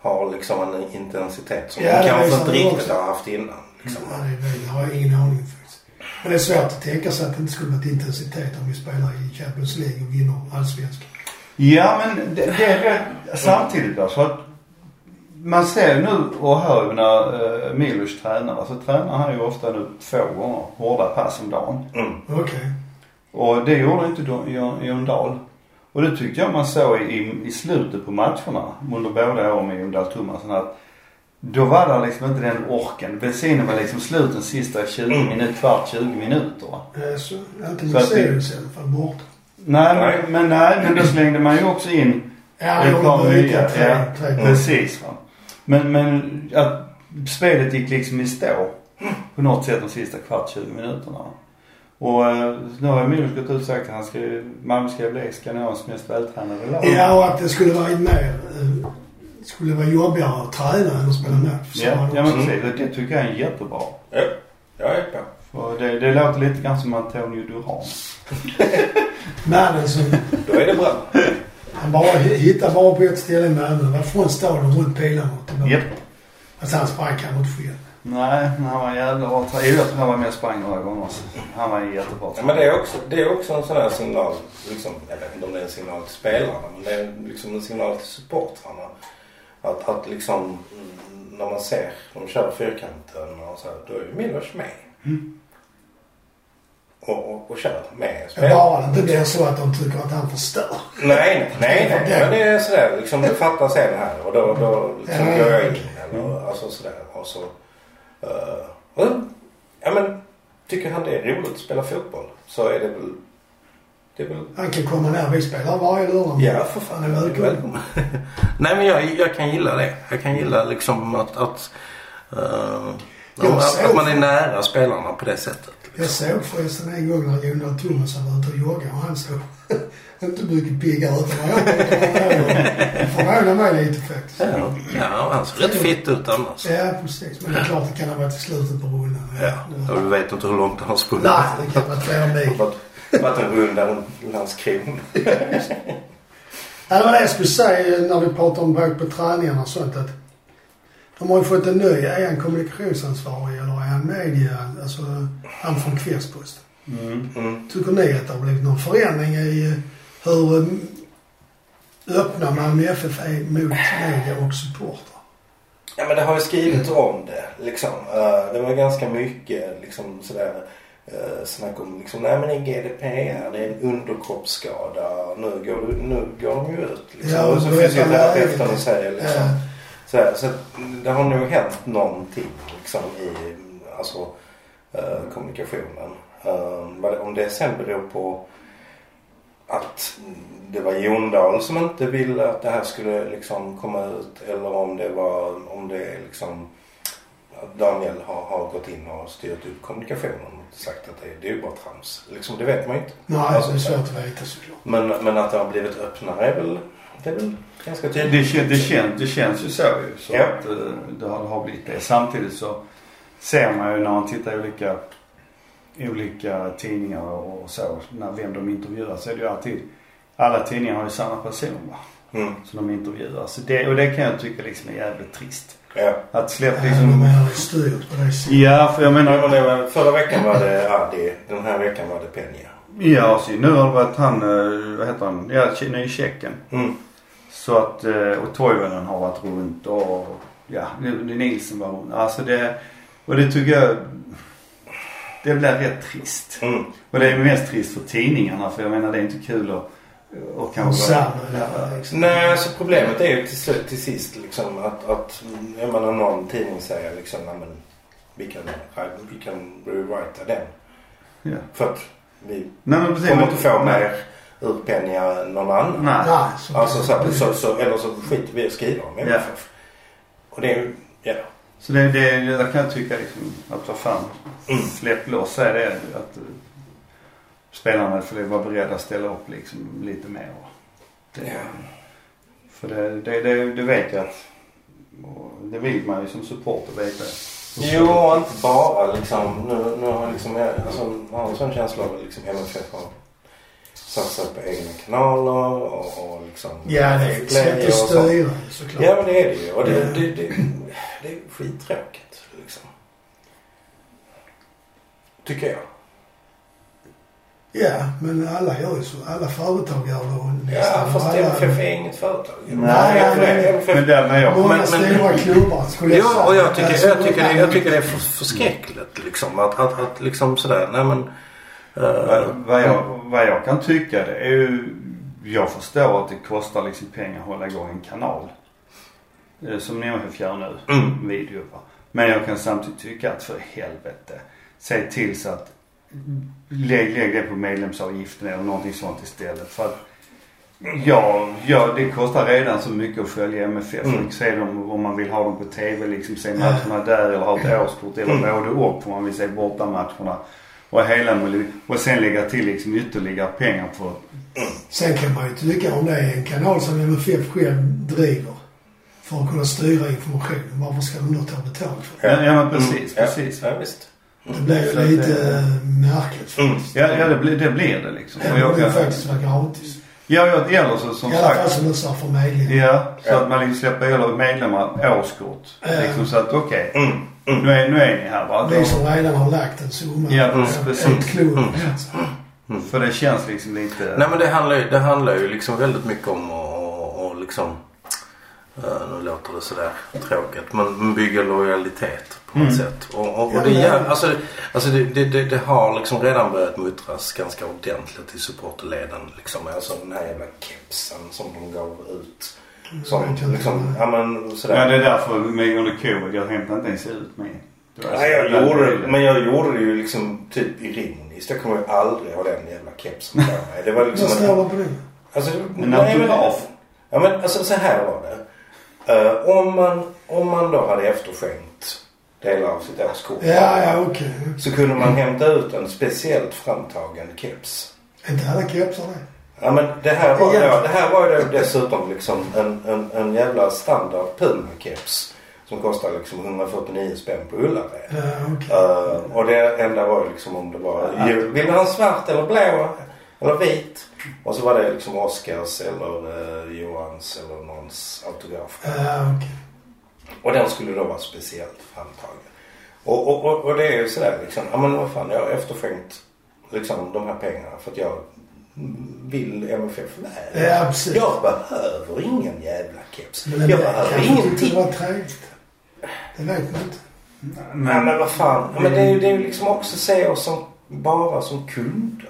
S2: har liksom en intensitet som
S1: Ja,
S2: de
S1: det
S2: kanske
S1: visar
S2: inte
S1: det
S2: riktigt
S1: också.
S2: har haft innan. Liksom.
S1: Ja, det är- det har jag ingen aning om faktiskt. Men det är svårt att tänka sig att det inte skulle varit intensitet om vi spelar i Champions League och vinner allsvenskan.
S3: Ja men det, det är rätt samtidigt alltså att man ser ju nu och hör ju när uh, Milos tränar. Alltså tränar han ju ofta nu två gånger hårda pass om dagen.
S2: Mm.
S1: Okej.
S3: Och det gjorde inte Don- Jon- Jon Dahl. Och det tyckte jag man såg i, i slutet på matcherna under båda åren med Jon Dahl Tomasson att Då var det liksom inte den orken. Bensinen var liksom slut den sista 20 minuter, kvart 20 minuter. va?
S1: Eh, Så, inte
S3: Så att det-
S1: Mercedes i alla fall borta.
S3: Nej,
S2: Nej.
S3: men nej, men då slängde man ju också in
S1: Ja,
S3: ett
S1: jag
S3: par
S1: har
S3: nya.
S1: nya
S3: Ja,
S1: tre, tre.
S3: precis va. Men, men att spelet gick liksom i stå på något sätt de sista kvart 20 minuterna. va. Och eh, nu har Milos gått ut och sagt att han ska, Malmö ska bli Skandinaviens mest vältränade lag.
S1: Ja, och att det skulle varit mer... eh, skulle vara jobbigare att träna än att spela match. sa
S3: Mm. ja,
S1: han
S3: ja men
S1: också.
S3: precis. Och Det tycker jag är jättebra.
S2: Ja, jag är på.
S3: För det, det låter lite grann som Antonio Duran.
S1: Mannen som...
S2: Då är det bra.
S1: Han bara hittade bara på ett ställe i Malmö. Han var från staden runt pilarna och tillbaka.
S3: Japp.
S1: Alltså han sprang kanske inte själv.
S3: Nej, men han var en jävla bra tränare. Jo, jag tror han var med och sprang några gånger. så Han var en jättebra
S2: Ja, men det
S3: tränare.
S2: är, också, det är också en sån här signal, liksom, jag vet inte om det är en signal till spelarna, men det är liksom en signal till supportrarna. Att, att liksom, mm, när man ser de kör fyrkanten och så här, då är ju Milos med. Och, och, och kör med spelarna.
S1: Bara det inte blir så att de tycker att han förstör.
S2: Nej, nej, nej, nej. Men det är sådär liksom, du fattar sen här och då, då liksom
S1: Ja.
S2: går jag in eller alltså sådär och så. eh, och, ja men, tycker han det är roligt att spela fotboll så är det väl, det är väl
S1: Han kan komma ner. Vi spelar varje lördag.
S2: Ja, för fan.
S1: Han är välkommen.
S2: Nej, men jag, jag kan gilla det. Jag kan gilla liksom att, att, eh,
S1: Jag
S2: att,
S1: ser
S2: att man
S1: det.
S2: är nära spelarna på det sättet.
S1: Jag såg förresten en gång när Jonas Thomasson var ute och joggade och han såg inte mycket piggare ut än vad jag gjorde. Förvånade mig lite faktiskt.
S2: Ja, han ser rätt fitt ut annars.
S1: Ja, precis. Men det är klart det kan ha varit i slutet på rundan.
S2: Ja, och du vet inte hur långt han har sprungit.
S1: Nej, det kan vara flera
S2: Det
S1: mil.
S2: har varit- varit en runda runt Landskrona.
S1: Ja, det var det jag skulle säga när vi pratade om både på träningarna och sånt att de har ju fått en ny, är han kommunikationsansvarig eller är han media, alltså han från Kvällsposten.
S3: Mm.
S2: Mm.
S1: Tycker ni att det har blivit någon förändring i hur eh, öppna Malmö FF är E mot media och supportrar?
S2: Ja, men det har ju skrivits om det. Liksom. Eh, det var ganska mycket liksom, sådär, uh, snack om liksom, nej men det är GDPR, det är en underkroppsskada. Nu går, du, nu går de ju ut. Liksom.
S1: Ja,
S2: och så
S1: då vet
S2: finns ju
S1: alla
S2: terapeuten
S1: läget.
S2: och säger liksom.
S1: Ja.
S2: Sådär, så att det har nog hänt någonting liksom, i alltså, eh, kommunikationen. Eh, vad det- om det sen beror på att det var Jondal som inte ville att det här skulle liksom komma ut eller om det var om det är liksom att Daniel har, har gått in och styrt upp kommunikationen och sagt att det, det är ju bara trams. Liksom, det vet man ju inte.
S1: Nej,
S2: Alltså,
S1: det är svårt att veta såklart.
S2: Men, men att det har blivit öppnare är väl, det är väl ganska
S3: Det,
S2: tydligt.
S3: det, kän, det, kän, det känns ju så ju. Så
S2: Ja.
S3: att, eh, det, har, det har blivit det. Samtidigt så ser man ju när man tittar i olika, i olika tidningar och så, när, vem de intervjuar så är det ju alltid, alla tidningar har ju samma person va.
S2: Mm,
S3: Som de intervjuar. Så det, och det kan jag tycka liksom är jävligt trist.
S2: ja.
S3: Att släppa
S1: Även om
S3: liksom...
S1: jag är styrt på det sättet.
S3: Ja, för jag menar...
S2: Men det var, förra veckan var det Adi, den här veckan var det Peña.
S3: Ja, så nu har det varit han, eh, vad heter han, ja, Tje- ny tjecken.
S2: Mm.
S3: Så att, eh, och Toivonen har varit runt och ja, nu- nu Nilsson var runt. Alltså det, och det tycker jag, det blir rätt trist.
S2: Mm.
S3: Och det är mest trist för tidningarna för jag menar det är inte kul att, och kanske...
S1: Samma, ja, liksom.
S2: Nej, alltså problemet är ju till, sl- till sist liksom att, att jag menar någon tidning säger liksom, nej men vi kan, vi kan rewrita den.
S3: Ja.
S2: För att vi
S3: Nej men precis.
S2: kommer
S3: men-
S2: inte få mer ur Peña än någon annan.
S3: Nej.
S1: Nej, så,
S2: Alltså så, här, så, så, eller så skiter vi i att skriva om
S3: Ja.
S2: MFF. Och det är ju, ja.
S3: Så det, det, där kan jag tycka liksom att vad fan.
S2: Mm.
S3: Släpp loss, säg det att eh, spelarna får vara beredda att ställa upp liksom lite mer. Det,
S2: Ja.
S3: För det, det, det, det vet jag att, och det vill man ju som supporter veta.
S2: Jo, inte bara liksom. Nu, nu har liksom, jag- alltså, jag har en sån känsla av att liksom MFF har satsat på egna kanaler och, och liksom...
S1: Ja, det är ett sätt
S2: play
S1: att
S2: och sånt.
S1: styra såklart.
S2: Ja, men det är det ju. Och det,
S1: Ja.
S2: det, det, det är skittråkigt liksom. Tycker jag.
S1: Ja, men alla gör ju så. Alla företag gör det. och
S2: Ja,
S1: nästan
S2: fast
S1: alla-
S2: MFF är inget företag.
S1: Nej, nej.
S2: MFF
S3: Men där när jag,
S1: Många
S2: men-
S1: stora klubbar skulle
S2: Ja, och jag
S1: Ja,
S2: tycker,
S1: så
S2: jag tycker, det,
S1: kan-
S2: jag tycker det är för- förskräckligt liksom. Att, att, att liksom sådär, nej men... eh,
S3: vad, vad, jag, vad jag kan tycka det är ju, jag förstår att det kostar liksom pengar att hålla igång en kanal. eh, som NHF gör nu.
S2: Mm.
S3: Video va. Men jag kan samtidigt tycka att för helvete. Se till så att lägg, lägg det på medlemsavgiften eller någonting sånt istället. För att Ja, ja, det kostar redan så mycket att följa MFF.
S2: Mm.
S3: Liksom, Se dem om man vill ha dem på TV liksom. Se matcherna där eller ha
S2: Mm.
S3: ett årskort eller både och om man vill se bortamatcherna. Och hela miljö- Och sen lägga till liksom ytterligare pengar på
S1: Sen kan man ju tycka om det är en kanal som MFF själv driver för att kunna styra informationen. Varför ska de då ta betalt för det?
S3: Ja, ja men precis,
S2: Mm.
S3: precis.
S2: Ja, ja, visst.
S1: Det blir
S3: Så att
S1: ju lite
S3: det-
S1: eh, märkligt
S2: Mm.
S1: faktiskt.
S3: Ja, ja det, blir, det blir det liksom. Och
S1: Även om
S3: jag
S1: det
S3: kan,
S1: faktiskt var gratis.
S3: ja, ja, det gäller så, som
S1: I alla fall
S3: sagt.
S1: som du sa för medlemmar.
S3: Ja, så att man liksom släpper eller medlemmar årskort.
S1: Ja.
S3: Liksom så att okej,
S2: Mm. Mm.
S3: nu, är, nu är ni här va.
S1: Vi som redan har lagt en summa.
S3: Ja,
S1: Eh,
S3: precis.
S1: Ett
S2: Mm.
S1: klon.
S3: För det känns liksom lite...
S2: Nej men det handlar ju, det handlar ju liksom väldigt mycket om att- att att liksom eh, nu låter det sådär tråkigt men men bygga lojalitet på något sätt. Och, och, och det, gör, alltså, det- alltså det, det, det, det har liksom redan börjat muttras ganska ordentligt i supporterleden. Liksom. Alltså den här jävla kepsen som de gav ut. Som, liksom, ja, men, sådär.
S3: Ja, det är därför mig under covid. Jag hämtade inte ens ut mig. Alltså, Det var
S2: Nej,
S3: så
S2: jag
S3: jävla
S2: gjorde det.
S3: löjligt.
S2: Men jag gjorde det ju liksom typ ironiskt. Jag kommer ju aldrig ha den jävla kepsen på mig. Det var
S1: Vad
S2: liksom...
S1: står det på den?
S2: Alltså,
S3: Men
S2: nej,
S3: autograf.
S2: Ja men alltså så här var det. Eh, om, man, om man då hade efterskänkt delar av sitt årskort.
S1: Ja, ja, okej.
S2: Så kunde man hämta ut en speciellt framtagen keps.
S1: Inte alla kepsar det.
S2: Ja men det här var,
S1: Ja.
S2: då, det här var ju då dessutom liksom en, en, en jävla standard Puma-keps. Som kostar liksom 149 spänn på Ullared.
S1: Ja, okej.
S2: Eh, och det enda var ju liksom om det var jul. Vill man ha svart eller blå? Eller vit? Och så var det liksom Oscars eller eh, Johans eller någons autograf.
S1: Ja, okej.
S2: Och den skulle då vara speciellt framtagen. Och, och, och, och det är ju sådär liksom. Ja men vad fan jag har efterskänkt liksom de här pengarna för att jag vill MFF väl.
S1: Ja, precis.
S2: Jag behöver ingen jävla keps.
S1: Men
S2: Jag
S1: den där
S2: behöver
S1: kanske tyckte
S2: ingenting.
S1: det var träligt. Det vet man inte.
S2: Nej
S3: Men,
S2: men vad fan. Ja, Men det är ju det är ju liksom också se oss som, bara som kunder.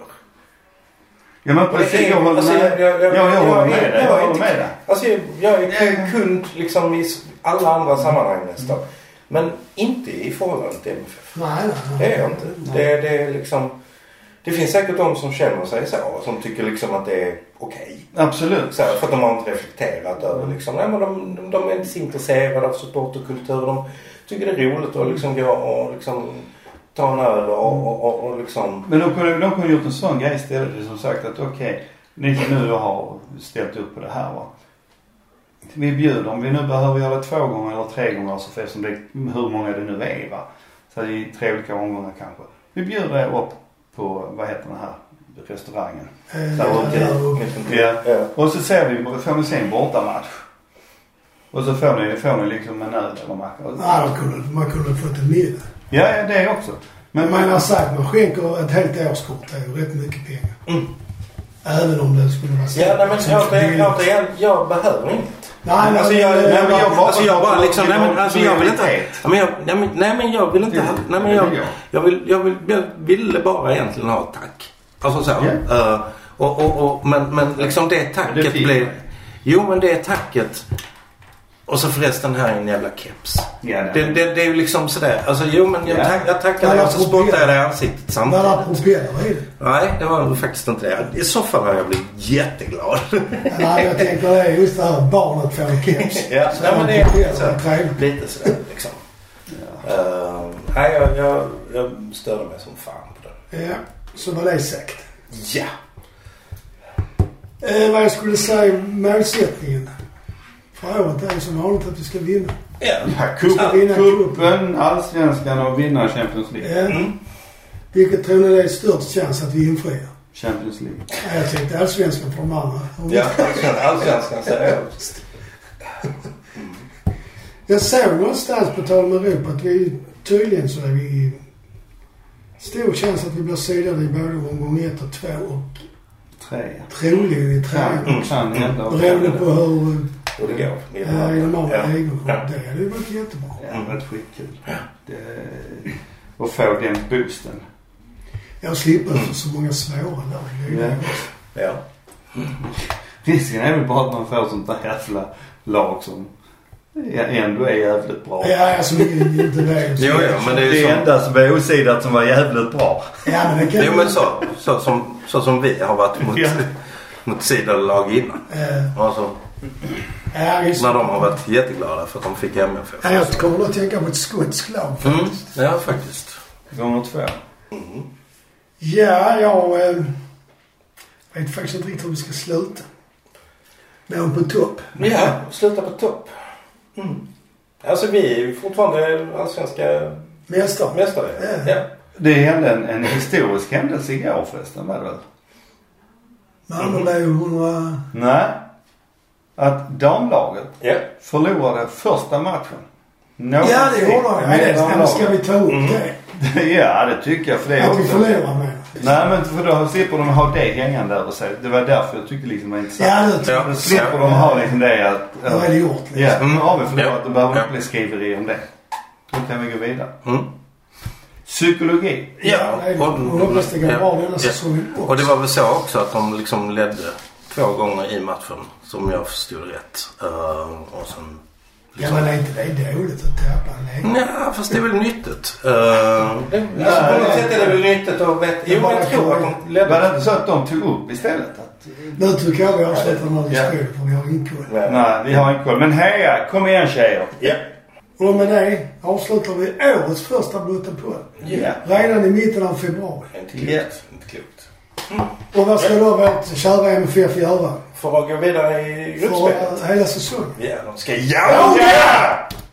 S3: ja, men precis. Jag håller
S2: Alltså,
S3: med.
S2: jag-
S3: Ja,
S2: jag-
S3: jag
S2: jag-
S3: håller
S2: jag-
S3: med dig.
S2: jag-
S3: Jag håller med dig.
S2: Alltså jag, jag är ju kund liksom i alla andra sammanhang nästan. Men inte i förhållande till MFF.
S1: Nej, nej, nej.
S2: Det är jag inte. Det, det är liksom... Det finns säkert de som känner sig så och som tycker liksom att det är okej.
S3: Absolut.
S2: Så här, För att de har inte reflekterat
S3: Mm.
S2: över liksom. Nej, men de, de, de är inte så intresserade av supporterkultur. De tycker det är roligt
S3: Mm.
S2: att liksom gå och liksom ta en öl och, och, och, och liksom...
S3: Men de kunde, de kunde gjort en sån grej istället. Som sagt att okej, ni som nu har ställt upp på det här va. Vi bjuder, om vi nu behöver göra det två gånger eller tre gånger så eftersom det är hur många det nu är va. Så det är tre olika omgångar kanske. Vi bjuder er upp på, vad heter den här restaurangen?
S1: Eh,
S3: Där var inte
S1: där
S3: jag.
S1: uppe.
S3: Ja.
S2: Ja.
S3: Och så ser vi, får ni se en bortamatch. Och så får ni, får ni liksom en öl eller macka.
S1: Nej, de kunde, man kunde ha fått en middag.
S3: Ja, ja, det också. Men
S1: Men man
S3: man,
S1: har sagt, man skänker ett helt årskort. Det är ju rätt mycket pengar. Även om det skulle vara så.
S2: Hm. Ja, nej, men
S1: som
S2: återigen,
S1: billigt.
S2: återigen, jag behöver inget.
S1: Nej, nej,
S2: Alltså, jag-
S1: nej,
S2: nej, men
S3: jag-
S2: Alltså jag bara liksom, nej men alltså jag vill inte, nej
S3: Lojalitet.
S2: men jag, nej men, nej, men jag vill inte, ha- nej men jag, jag vill, jag vill, jag ville bara egentligen ha ett tack. Alltså så. eh, och, och, och, men, men liksom det
S3: Men det
S2: tacket
S3: fick
S2: blev,
S3: man.
S2: jo men det tacket. Och så förresten här är en jävla keps.
S3: Ja, nej.
S2: det, det, det är ju liksom sådär, alltså jo men jag,
S3: Ja.
S2: tack, jag tackar
S1: Ja,
S2: dig
S1: jag
S2: och så
S1: tror
S2: spottar
S1: det.
S2: jag dig i ansiktet
S1: Vad är det
S2: samtidigt.
S1: propeller i det?
S2: Nej, det var faktiskt inte det. I så fall har jag blivit jätteglad.
S1: Nej, jag tänker det är just det här barnet får en keps.
S2: Ja,
S1: Så
S2: nej, men det är lite
S1: propeller,
S2: så.
S1: det är trevligt.
S2: Lite sådär liksom. Eh, nej, jag, jag, jag störde mig som fan på den.
S1: Ja, så var det sagt.
S2: Ja!
S1: Eh, vad jag skulle säga, målsättningen för året är som vanligt att vi ska vinna.
S2: Ja.
S3: Ja, cup-
S1: Ja, vinna
S3: Cupen, allsvenskan och vinna Champions League.
S1: Ja.
S2: Mm.
S1: Vilket tror ni det är störst chans att vi infriar?
S3: Champions League.
S1: Ja, Jag tänkte allsvenskan för de andra. Om vi-
S2: Ja, allsvenskan seriöst.
S1: Jag såg någonstans på tal om Europa att vi tydligen så är vi stor chans att vi blir seedade i både omgång ett och två och
S3: Tre.
S1: troligen i trean.
S2: mm.
S3: Kan, kan hända.
S1: Beroende på hur
S2: Och det går. Det är
S1: Ja, i
S2: bra.
S1: de andra
S2: Ja.
S1: ligorna.
S2: Ja.
S1: Det hade ju varit jättebra.
S3: Ja, det var skitkul. Det, och få den boosten.
S1: Jag slipper för så många svåra lag.
S3: Ja.
S2: Mm. Ja.
S3: Risken är väl bara att man får sånt där jävla lag som ja, ändå är jävligt bra.
S1: Ja, alltså det är inte det.
S2: Jo, jo, men det är
S4: Det
S2: ju så.
S4: enda som var osidat som var jävligt bra.
S1: Ja, men det kan
S2: Jo, men så, så, som, så som vi har varit mot,
S3: Ja.
S2: mot sidolag innan.
S1: Eh,
S2: Alltså,
S1: Ja, visst.
S2: när de har varit jätteglada för att de fick MFF.
S1: Ja, jag kommer då att tänka på ett skotsk lag.
S2: Mm, ja, faktiskt.
S3: Gånger två.
S1: Ja, jag eh, vet faktiskt inte riktigt hur vi ska sluta. Någon på topp.
S2: Ja, sluta på topp. Alltså vi är ju fortfarande allsvenska
S1: Mästare.
S2: mästare.
S1: Ja.
S2: Ja.
S3: Det hände en, en historisk händelse igår förresten, var det väl?
S1: Malmö blev ju 100...
S3: Nej. Att damlaget
S2: Ja.
S3: förlorade första matchen. Någonsin
S1: Ja, det gjorde de. Ja,
S3: med
S1: det- ja, men
S3: damlaget.
S1: Ska vi ta upp det?
S3: Ja, det tycker jag. För det är
S1: Att vi
S3: också...
S1: förlorar med.
S3: Nej, men för då slipper de ha det hängande över sig. Det var därför jag tyckte liksom det var intressant.
S1: Ja, det tror
S2: Ja.
S1: jag.
S3: Då slipper de ha liksom det att...
S1: Vad är det gjort liksom?
S3: Ja, nu har vi förlorat.
S2: Ja.
S3: Då behöver det
S2: Ja.
S3: inte bli skriveri om det. Då kan vi gå vidare.
S2: Mm.
S3: Psykologi.
S1: Ja, det är det. Och hoppas det går
S2: Ja.
S1: bra denna
S2: Ja.
S1: säsongen också.
S2: Och det var väl så också att de liksom ledde två gånger i matchen, som jag förstod rätt. Eh, och sen...
S1: Ja, men är inte det dåligt att tappa en ledning?
S2: Nja, fast det är väl nyttigt. Eh, det, alltså, på
S3: nej,
S2: något
S3: nej.
S2: sätt är det väl nyttigt att veta. Jo, men jag tror att de
S3: Var det
S2: ledde.
S3: inte så att de tog upp istället? Att,
S1: Nu tycker jag vi avslutar den här
S3: Ja.
S1: diskussionen för vi har ingen koll.
S3: nej, vi har inte koll. Men heja! Kom igen tjejer!
S2: Ja.
S1: Och med det avslutar vi årets första Blutten på.
S3: Ja.
S1: Redan i mitten av februari.
S2: Inte
S3: Ja.
S2: klokt. Inte klokt.
S1: Och vad ska då vårt kära MFF göra?
S2: För att gå vidare i
S1: För
S2: gruppspelet.
S1: eh, hela säsongen?
S2: Ja, de ska... Ja!
S3: ja!